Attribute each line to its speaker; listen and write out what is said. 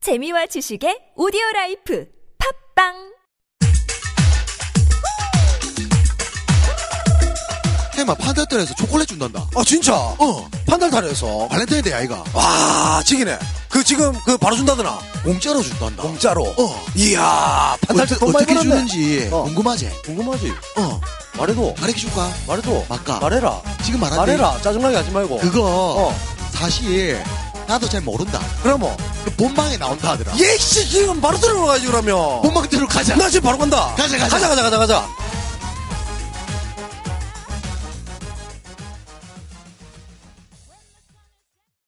Speaker 1: 재미와 지식의 오디오 라이프 팝빵
Speaker 2: 해마 판달달에서 초콜릿 준단다.
Speaker 3: 아 진짜?
Speaker 2: 어,
Speaker 3: 판달탈에서
Speaker 2: 발렌타인데이 아이가
Speaker 3: 와 지기네 그 지금 그 바로 준다더나
Speaker 2: 공짜로 준단다.
Speaker 3: 공짜로
Speaker 2: 어.
Speaker 3: 이야
Speaker 2: 어떻게,
Speaker 3: 판달탈 돈 많이
Speaker 2: 어떻게
Speaker 3: 벌었네.
Speaker 2: 주는지
Speaker 3: 어.
Speaker 2: 궁금하지?
Speaker 3: 궁금하지
Speaker 2: 어,
Speaker 3: 말해도
Speaker 2: 가르쳐 줄까?
Speaker 3: 말해도
Speaker 2: 맞까?
Speaker 3: 말해라
Speaker 2: 지금 말한대.
Speaker 3: 말해라 짜증나게 하지 말고
Speaker 2: 그거
Speaker 3: 어
Speaker 2: 사실 나도 잘 모른다.
Speaker 3: 그러면
Speaker 2: 그 본방에 나온다
Speaker 3: 예!
Speaker 2: 하더라.
Speaker 3: 예씨 지금 바로 들어가야지 그러면
Speaker 2: 본방 들어 가자.
Speaker 3: 나 지금 바로 간다
Speaker 2: 가자, 가자.
Speaker 3: 가자 가자 가자 가자